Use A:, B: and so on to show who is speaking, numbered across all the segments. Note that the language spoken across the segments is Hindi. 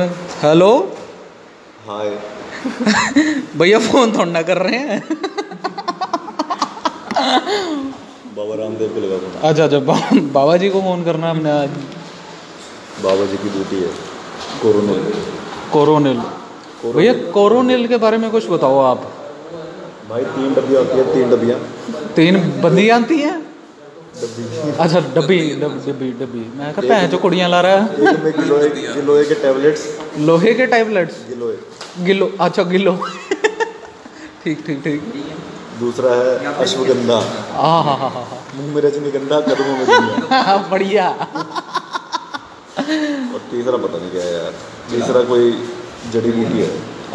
A: हेलो
B: हाय
A: भैया फोन थोड़ा कर रहे हैं
B: बाबा रामदेव को लगा फोन
A: अच्छा अच्छा बा- बाबा जी को फोन करना है हमने आज
B: बाबा जी की ड्यूटी है कोरोना
A: कोरोनिल भैया कोरोनिल के बारे में कुछ बताओ आप
B: भाई तीन डब्बियाँ होती है तीन डब्बियाँ
A: तीन बंदी आती हैं
B: डब्बी
A: अच्छा डब्बी डब- डब्बी डब्बी मैं कहता है जो कुड़ियाँ ला रहा है
B: एक में गिलोय गिलोय के टैबलेट्स
A: लोहे के टाइपलेट्स
B: गिलोय
A: गिलो अच्छा गिलो ठीक ठीक ठीक
B: दूसरा है अश्वगंधा
A: हाँ हाँ हाँ हाँ
B: मुंह में रजनीगंधा कदमों में दुनिया
A: हाँ बढ़िया
B: और तीसरा पता नहीं क्या है यार तीसरा कोई जड़ी बूटी है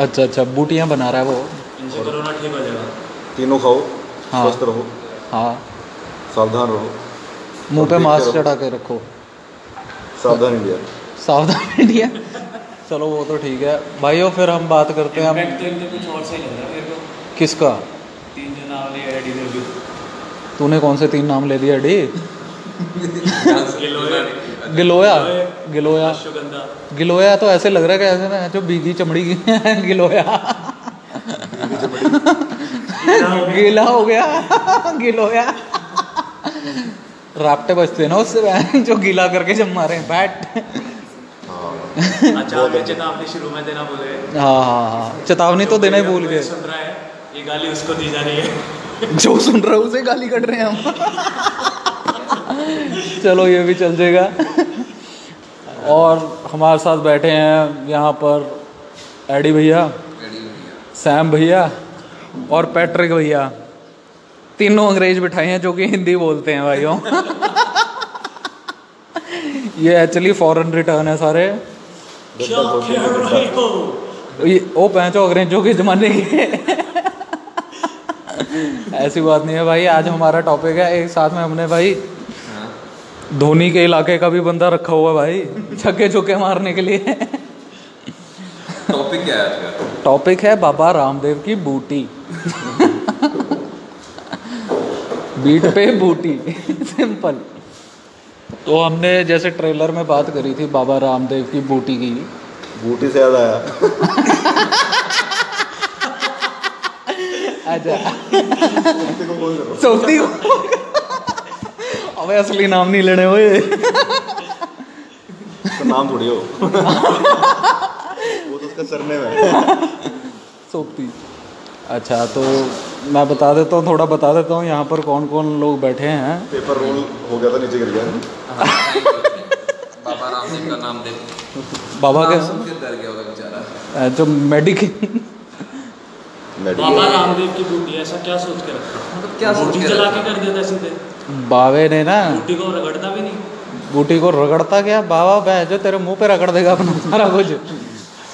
A: अच्छा अच्छा बूटियाँ बना रहा है वो
C: इनसे कोरोना ठीक हो जाएगा
B: तीनों खाओ
A: हाँ।
B: स्वस्थ रहो
A: हाँ
B: सावधान रहो
A: मुंह पे
B: देखते
A: मास्क
B: रहो।
A: चढ़ा के रखो
B: सावधान इंडिया
A: सावधान इंडिया चलो वो तो ठीक है भाइयों फिर हम बात करते हैं हम
C: इनफैक्ट तो इनका कुछ और सही लग रहा है मेरे को
A: किसका
C: तीन जन नाम लिया है डीजल भी
A: तूने कौन से तीन नाम ले लिया डी गिलोया गिलोया
C: अश्वगंधा
A: गिलोया तो ऐसे लग रहा है कि ऐसे ना जो भीगी चमड़ी की गिलोया गीला हो गया गिलोया रापटे बजते हैं ना उससे जो गीला करके जब मारे हैं, बैट
B: हाँ
C: अच्छा मैं चेतावनी शुरू में देना बोले
A: हाँ हाँ हाँ चेतावनी तो देना ही भूल गए
C: सुन रहा है ये गाली उसको दी जा रही है
A: जो सुन रहा है उसे गाली कट रहे हैं हम चलो ये भी चल जाएगा और हमारे साथ बैठे हैं यहाँ पर एडी भैया सैम भैया और पैट्रिक भैया तीनों अंग्रेज बिठाए हैं जो कि हिंदी बोलते हैं भाइयों ये एक्चुअली फॉरेन रिटर्न है सारे
B: गड्ढा खोद के
C: खेल
B: गड्ढा
C: रहे हो
A: ये ओ पैंचो अंग्रेजों के ज़माने के ऐसी बात नहीं है भाई आज हमारा टॉपिक है एक साथ में हमने भाई धोनी के इलाके का भी बंदा रखा हुआ है भाई छक्के चौके मारने के लिए
D: टॉपिक क्या है आज का
A: टॉपिक है बाबा रामदेव की बूटी बीट पे बूटी सिंपल तो हमने जैसे ट्रेलर में बात करी थी बाबा रामदेव की बूटी की
B: बूटी से याद आया
A: अच्छा
B: बूटी को बोल करो
A: चौथी को अबे असली नाम नहीं लेने हुए
B: उसका नाम थोड़ी हो वो तो उसका सरनेम है
A: सोपती अच्छा तो मैं बता देता हूँ थोड़ा बता देता हूँ यहाँ पर कौन कौन लोग बैठे हैं
B: पेपर रोल हो गया था नीचे गिर गया
D: बाबा रामदेव का नाम दे
A: बाबा
D: नाम सुन
A: के
D: के डर गया होगा बेचारा
A: जो मेडिक
B: मेडिकल
C: बाबा रामदेव की बूटी ऐसा क्या सोच कर रखा
D: मतलब क्या सोच
C: बूटी
D: के
C: जला
D: रखा?
C: के कर देता सीधे
A: बाबे ने ना
C: बूटी को रगड़ता भी नहीं
A: बूटी को रगड़ता गया बाबा बह जो तेरे मुंह पे रगड़ देगा अपना सारा कुछ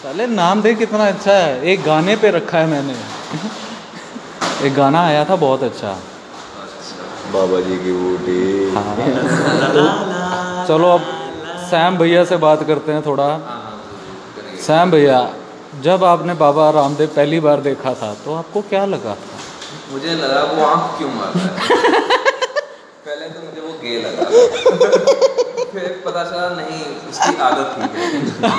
A: साले नाम दे कितना अच्छा है एक गाने पे रखा है मैंने एक गाना आया था बहुत अच्छा
B: बाबा जी की बूटी
A: चलो अब सैम भैया से बात करते हैं थोड़ा
D: हाँ, हाँ, जरूर करेंगे।
A: सैम भैया जब आपने बाबा रामदेव पहली बार देखा था तो आपको क्या लगा था
D: मुझे लगा वो आँख क्यों मार रहा है पहले तो मुझे वो गे लगा फिर पता चला नहीं उसकी आदत ठीक है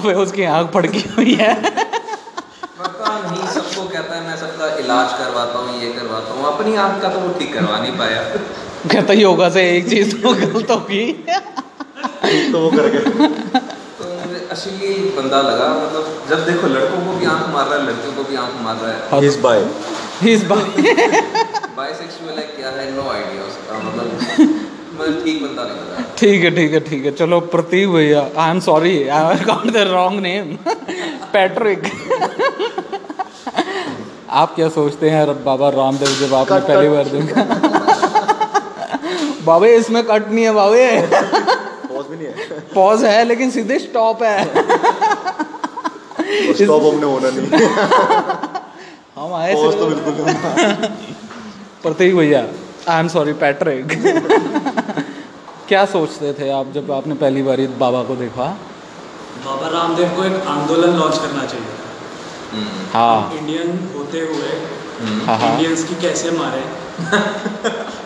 A: अबे उसकी आंख फड़की हुई है
D: पता नहीं सबको कहता है मैं सबका इलाज करवाता हूँ ये करवाता हूँ अपनी आँख का तो वो ठीक करवा नहीं पाया
A: कहता योगा से एक चीज तो गलत होगी
B: तो वो कर गए
D: तो मुझे अश्लील बंदा लगा मतलब जब देखो लड़कों को भी आँख मार रहा है लड़कियों को भी आँख मार रहा है
B: इस बाय
A: इस बार
D: बाइसेक्सुअल है क्या है नो आइडिया उसका मतलब मतलब ठीक बंदा नहीं लगा
A: ठीक है ठीक है ठीक है चलो प्रतीक भैया I am sorry I got the wrong name Patrick आप क्या सोचते हैं रब- बाबा रामदेव जब आपने
B: कट,
A: पहली बार देखा बाबे इसमें कट नहीं है बाबे
B: पॉज भी नहीं है
A: पॉज है लेकिन सीधे स्टॉप है
B: और स्टॉप तो हमने होना नहीं
A: हम आए
B: पॉज तो
A: सिर्फ-
B: बिल्कुल नहीं होना।
A: प्रतीक भैया आई एम सॉरी पैट्रिक क्या सोचते थे आप जब आपने पहली बार बाबा को देखा
C: बाबा रामदेव को एक आंदोलन लॉन्च करना चाहिए
D: हम्म,
A: हाँ
C: इंडियन होते हुए
D: हम्म।
A: हाँ हाँ
C: इंडियंस की कैसे मारे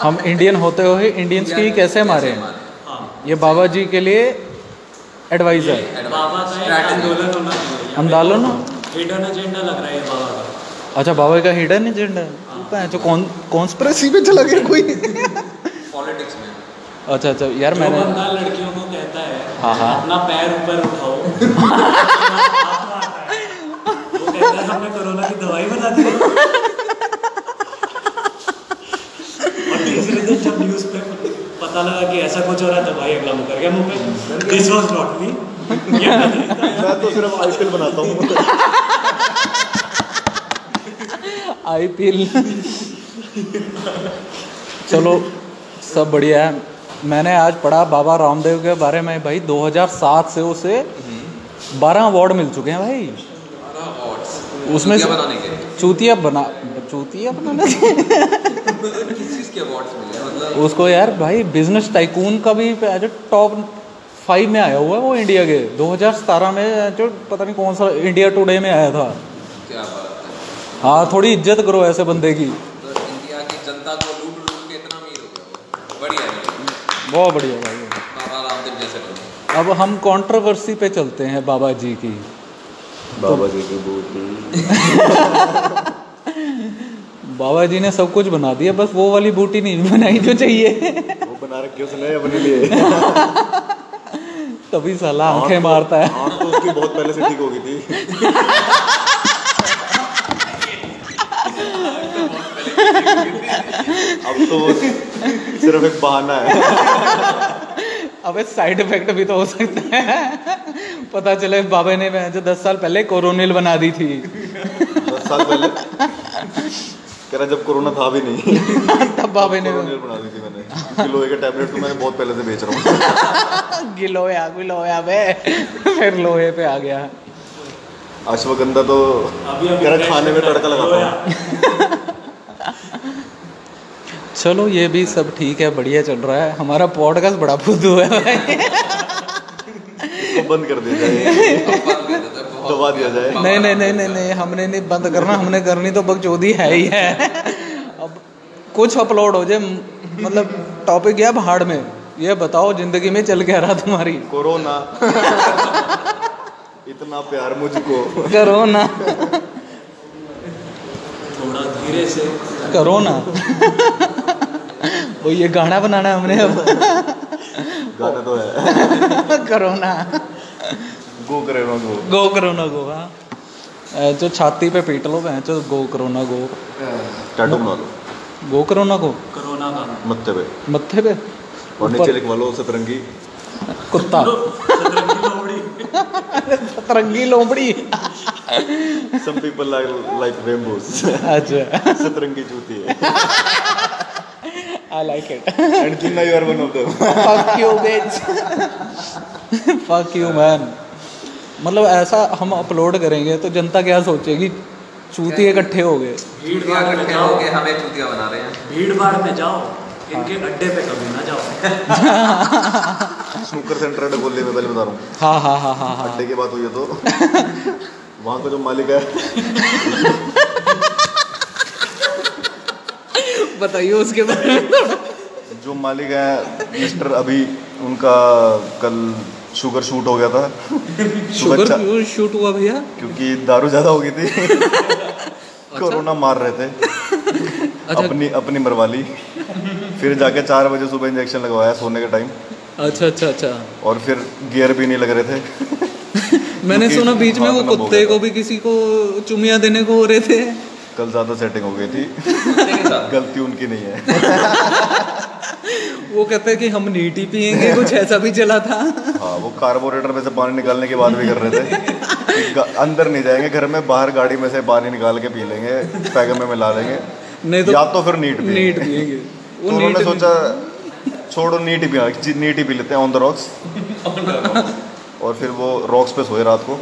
A: हम इंडियन होते हुए इंडियंस की कैसे मारे
D: मारे
C: हाँ
A: ये बाबा जी के लिए एडवाइजर
C: बाबा का एक
D: स्ट्रैटेजी
C: आंदोलन होना चाहिए
A: अंदालन
C: हिडन एजेंडा लग रहा है ये बाबा का
A: अच्छा बाबा का हिडन एजेंडा है जो कौन कॉन्स्परेसी पे चला गया कोई अच्छा
D: पॉलिटिक्स में
A: अच्छा यार
C: जो
A: मैंने
C: बंदा लड़कियों को कहता है
A: हाँ, हाँ।
C: अपना पैर ऊपर उठाओ हाथ आता है। वो कहता है हमने कोरोना की दवाई बना दी है। और तीसरे दिन जब न्यूज पे पता लगा कि ऐसा कुछ हो रहा है तो भाई अगला मुकर गया मुंह पे दिस वाज नॉट मी ये नहीं था।
B: मैं तो सिर्फ आईपीएल बनाता हूँ
A: आईपीएल चलो सब बढ़िया है मैंने आज पढ़ा बाबा रामदेव के बारे में भाई 2007 से उसे 12 अवार्ड मिल चुके हैं भाई उसमें
D: उसमें
A: से-
D: बनाने के
A: चूतिया बना चूतिया बनाने से-
D: किस चीज के अवार्ड्स मिले हैं? मतलब
A: उसको यार भाई बिजनेस टाइकून का भी एज टॉप फाइव में आया हुआ है वो इंडिया के 2017 में जो पता नहीं कौन सा इंडिया टुडे में आया था
D: क्या बात है
A: हाँ थोड़ी इज्जत करो ऐसे बंदे की
D: तो इंडिया की जनता को लूट लूट के इतना अमीर हो गया वो। बढ़िया है
A: बहुत बढ़िया भाई
D: बाबा रामदेव जैसे लोग।
A: अब हम कंट्रोवर्सी पे चलते हैं बाबा जी की
B: बाबा जी की बूटी
A: बाबा जी ने सब कुछ बना दिया बस वो वाली बूटी नहीं बनाई जो चाहिए
B: वो बना रखी उसने अपने लिए
A: तभी साला आंखें मारता है
B: आँख तो उसकी बहुत पहले से ठीक हो गई थी अब तो वो सिर्फ एक बहाना है
A: अबे साइड इफेक्ट भी तो हो सकता है पता चले बाबा ने मैं जो दस साल पहले कोरोनिल बना दी थी
B: दस साल पहले कह रहा जब कोरोना था भी नहीं
A: तब बाबा ने
B: कोरोनियल बना दी थी मैंने कि लोहे के टैबलेट तो मैंने बहुत पहले से बेच रहा हूँ
A: गिलोया गिलोया बे फिर लोहे पे आ गया
B: अश्वगंधा तो
C: अभी
B: कह रहा खाने में तड़का
C: तो
B: लगाता हूँ
A: चलो ये भी सब ठीक है बढ़िया चल रहा है हमारा पॉडकास्ट बड़ा फुद्दू है भाई
B: इसको बंद कर दिया जाए
D: बंद कर देते हैं, बहुत
B: दबा दिया जाए।
D: बाबा
A: नहीं नहीं नहीं
D: रामदेव
A: नहीं
D: का।
A: नहीं हमने नहीं बंद करना हमने करनी तो बकचोदी है ही है अब कुछ अपलोड हो जाए मतलब टॉपिक गया भाड़ में ये बताओ जिंदगी में चल क्या रहा तुम्हारी
B: कोरोना इतना प्यार मुझको
A: करो ना
C: थोड़ा धीरे से
A: करो ना वो ये गाना बनाना है हमने अब
B: गाना तो है
A: करो ना
B: गो करेगा गो
A: गो करो ना गो हाँ ऐ, जो छाती पे पीट लो वह जो गो करो ना गो
B: टैटू बना लो
A: गो करो ना गो
C: कोरोना का
B: मत्थे पे
A: मत्थे पे
B: और
A: ऊपर
B: नीचे लिखवा लो सतरंगी
A: कुत्ता
C: सतरंगी लोमड़ी।
A: तरंगी लोमड़ी
B: सम पीपल लाइक रेनबोस
A: अच्छा
B: सतरंगी जूती है
A: I like it
B: and kinda you are one of them
A: fuck you bitch fuck you man मतलब ऐसा हम अपलोड करेंगे तो जनता क्या सोचेगी चूती इकट्ठे हो गए
C: भीड़
D: चूतिया
C: भाड़ में
D: इकट्ठे
C: जाओ
D: होके हमें चूतिया बना रहे हैं
C: भीड़ भाड़ में जाओ इनके अड्डे पे कभी ना जाओ
B: स्नूकर सेंटर है गोली में पहले बता रहा हूँ
A: हाँ हाँ हाँ हाँ हाँ
B: अड्डे की बात हुई है तो वहाँ का जो मालिक है
A: बताइए उसके बारे में
B: जो मालिक है मिस्टर अभी उनका कल शुगर शूट हो गया था सुबह
A: शुगर
B: चा-
A: क्यों शूट हुआ भैया
B: क्योंकि दारू ज्यादा हो गई थी कोरोना मार रहे थे
A: अच्छा
B: अपनी अपनी मरवाली फिर जाके चार बजे सुबह इंजेक्शन लगवाया सोने के टाइम
A: अच्छा अच्छा अच्छा
B: और फिर गियर भी नहीं लग रहे थे
A: मैंने
B: क्योंकि
A: सुना बीच में
B: हाँ,
A: वो कुत्ते
B: मतलब हो गया
A: को भी किसी को चुमिया देने को हो रहे थे
B: कल ज्यादा सेटिंग हो गई थी
D: कुत्ते के साथ
B: गलती उनकी नहीं है
A: वो कहते हैं कि हम नीट ही पियेंगे कुछ ऐसा भी चला था
B: हाँ वो कार्बोरेटर में से पानी निकालने की बात भी कर रहे थे कि ग- अंदर नहीं जाएंगे घर में बाहर गाड़ी में से पानी निकाल के पी लेंगे पैग में मिला लेंगे
A: नहीं तो
B: या तो फिर नीट पिएंगे।
A: नीट पियेंगे
B: तो
A: वो
B: उन्होंने
A: नीट
B: सोचा छोड़ो नीट ही पिया जी- नीट ही पी लेते हैं ऑन द रॉक्स और फिर वो रॉक्स पे सोए रात को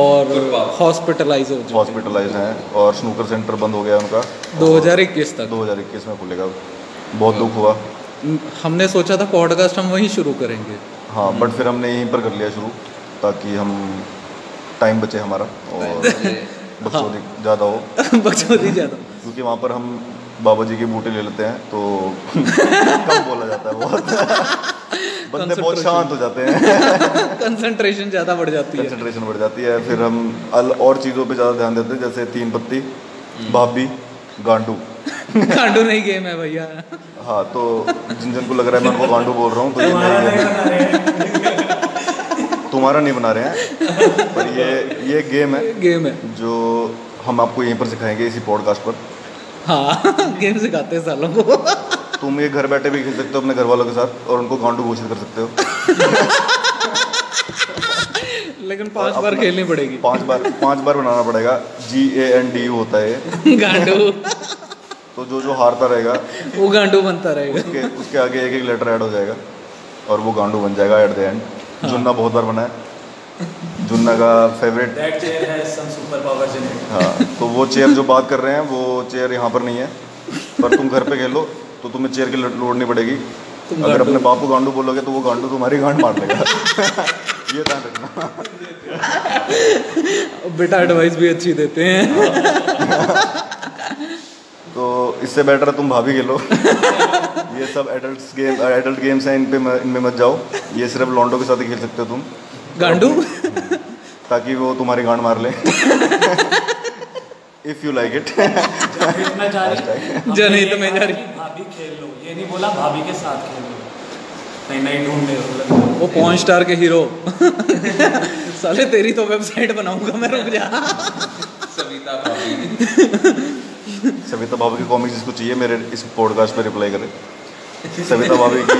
A: और हॉस्पिटलाइज हो चुके
B: हॉस्पिटलाइज हैं और स्नूकर सेंटर बंद हो गया उनका
A: 2021 तक
B: 2021 में खुलेगा बहुत दुख हुआ
A: हमने सोचा था पॉडकास्ट हम वहीं शुरू करेंगे
B: हाँ बट फिर हमने यहीं पर कर लिया शुरू ताकि हम टाइम बचे हमारा और बकचोदी ज़्यादा हो
A: बकचोदी ज्यादा
B: क्योंकि वहाँ पर हम बाबा जी की बूटी ले लेते हैं तो कम बोला जाता है बहुत बंदे बहुत शांत हो जाते हैं
A: कंसंट्रेशन ज़्यादा बढ़ जाती है
B: कंसंट्रेशन बढ़ जाती है फिर हम अल और चीज़ों पे ज़्यादा ध्यान देते हैं जैसे तीन पत्ती भाभी गांडू
A: कांडू नहीं गेम है भैया
B: हाँ तो जिन जिन को लग रहा है मैं उनको गांडू बोल रहा हूँ तो ये नहीं है
C: तुम्हारा नहीं बना रहे हैं
B: तुम्हारा नहीं बना रहे हैं पर ये ये गेम है
A: गेम है
B: जो हम आपको यहीं पर सिखाएंगे इसी पॉडकास्ट पर
A: हाँ गेम सिखाते हैं सालों को
B: तुम ये घर बैठे भी खेल सकते हो अपने घर वालों के साथ और उनको गांडू घोषित कर सकते हो
A: लेकिन पांच बार खेलनी पड़ेगी
B: पांच बार पांच बार बनाना पड़ेगा G A N D U होता है ये।
A: गांडू
B: तो जो जो हारता रहेगा
A: वो गांडू बनता रहेगा
B: उसके उसके आगे एक एक लेटर ऐड हो जाएगा और वो गांडू बन जाएगा एट द एंड
A: हाँ।
B: जुन्ना बहुत बार बना है जुन्ना का favourite
C: that chair has some super powers in it
B: हाँ तो वो चेयर जो बात कर रहे हैं वो चेयर यहाँ पर नहीं है पर तुम घर पे खेलो तो तुम्हें चेयर की लो- लोड नहीं पड़ेगी
A: तुम
B: अगर
A: गांडू-
B: अपने बाप को गांडू बोलोगे तो वो गांडू तुम्हारी गांड मार लेगा ये ध्यान रखना
A: बेटा एडवाइस भी अच्छी देते हैं
B: तो इससे बेटर है तुम भाभी खेलो ये सब एडल्ट गेम एडल्ट गेम्स हैं इन पे म- इनमें मत जाओ ये सिर्फ लॉन्डो के साथ ही खेल सकते हो तुम
A: गांडू
B: ताकि वो तुम्हारी गांड मार ले इफ़ यू लाइक इट
C: जनहित में जा रही हमने
A: जनहित
C: ये
A: में
C: कहा
A: जा रही।
C: कि भाभी खेल लो ये नहीं बोला भाभी के साथ खेल लो नहीं नहीं ढूंढ ले मतलब
A: वो पॉन स्टार के हीरो साले तेरी तो वेबसाइट बनाऊंगा मैं रुक जा
D: सविता भाभी
B: सविता भाभी की कॉमिक जिसको चाहिए मेरे इस पॉडकास्ट पे रिप्लाई करें सविता भाभी की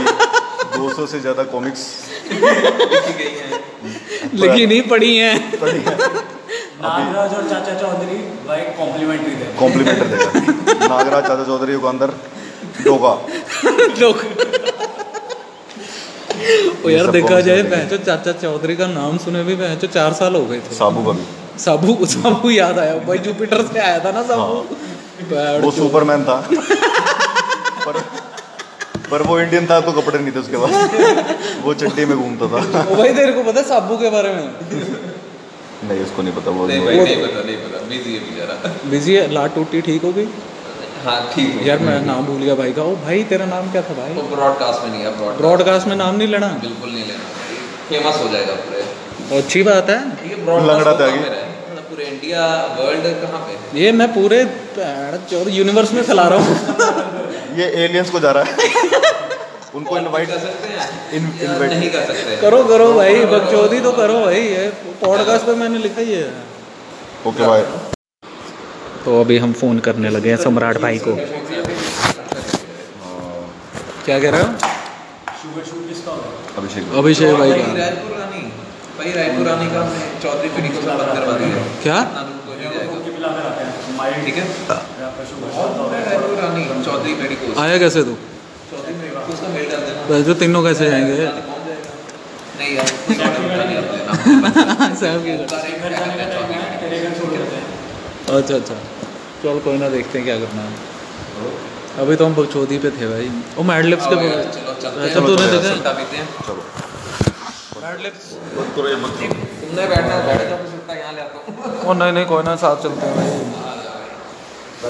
B: 200 से ज़्यादा कॉमिक्स
D: लिखी गई है
A: लिखी नहीं पड़ी है
B: पढ़ी हैं
C: नागराज और चाचा चौधरी भाई कॉम्प्लीमेंट्री दे
B: कॉम्प्लीमेंटर देगा नागराज चाचा चौधरी युगांधर डोगा
A: लोग ओ
B: ये
A: यार
B: सब
A: देखा
B: कौन सी
A: जाए
B: होती है?
A: पहचो चाचा चौधरी का नाम सुने भी पहचो चार साल हो गए थे
B: साबू का भी
A: साबू साबू याद आया भाई जुपिटर से आया था ना साबू
B: हाँ। वो
A: बैड
B: सुपरमैन था पर पर वो इंडियन था तो कपड़े नहीं थे उसके पास वो चड्डी में घूमता था
A: ओ भाई तेरे को पता है साबू के बारे में
B: नहीं उसको नहीं पता वो
D: नहीं भाई नहीं पता नहीं पता बिजी है बेचारा
A: बिजी है लाट टूटी ठीक हो गई
D: हाँ ठीक है
A: यार मैं नाम भूल गया भाई का ओ भाई तेरा नाम क्या था
D: वो
A: भाई
D: ब्रॉडकास्ट में नहीं है ब्रॉडकास्ट
A: ब्रॉडकास्ट में नाम नहीं लेना
D: बिल्कुल नहीं लेना फेमस हो जाएगा पूरे
A: अच्छी बात है
D: ये broadcast
B: लंगड़ा
D: तो
B: था
D: कहाँ
B: ये।
D: पे रहा है? मतलब पूरे इंडिया वर्ल्ड कहाँ पे है?
A: ये मैं पूरे चौर यूनिवर्स में फैला रहा हूँ
B: ये एलियंस को जा रहा है उनको इनवाइट
D: कर सकते हैं
B: इन-
D: या
B: invite-
D: नहीं कर सकते
A: करो करो भाई बकचोदी तो करो भाई ये पॉडकास्ट पे मैंने लिखा ही है
B: ओके बाय
A: तो अभी हम फोन करने लगे हैं सम्राट भाई को क्या कह रहे हो
C: शुगर शूट किसका होगा
B: अभिषेक
A: अभिषेक भाई
D: भाई
A: का
D: रायपुर रानी भाई रायपुर रानी का हमने चौधरी पीढ़ी को बंद करवा दिया है।
A: क्या?
D: कानून को नहीं
C: को
D: जाएगा।
C: के मिला के रखते हैं माइंड
D: ठीक है
C: आपका शुगर शूट
D: और रायपुर रानी चौधरी पीढ़ी को
A: आया कैसे तू
D: चौधरी पीढ़ी को उसका मेल डाल देना
A: जो तीनों कैसे जाएंगे
D: रानी पहुंच जाएगा। नहीं यार उसका मेल डाल देना
A: साहब के
D: उसका
C: घर
D: मेल
C: जाने का
D: डाल
C: टाइम
D: देना।
C: है तेरे घर छोड़ देते हैं
A: घर अच्छा अच्छा चल कोई ना देखते हैं क्या करना है अभी तो हम बकचोदी पे थे भाई ओ मैड लिप्स के
D: आओ यार,
A: बगल-
D: हाँ चलो
A: अच्छा तूने देखा है?
D: सुट्टा पीते हैं
B: चलो
A: मैड लिप्स
B: मत करो ये मत करो
D: तुमने बैठना है, बैठ जाओ मैं सुट्टा यहाँ ले आता हूँ
A: ओ नहीं नहीं कोई ना साथ चलते हैं भाई
D: आ,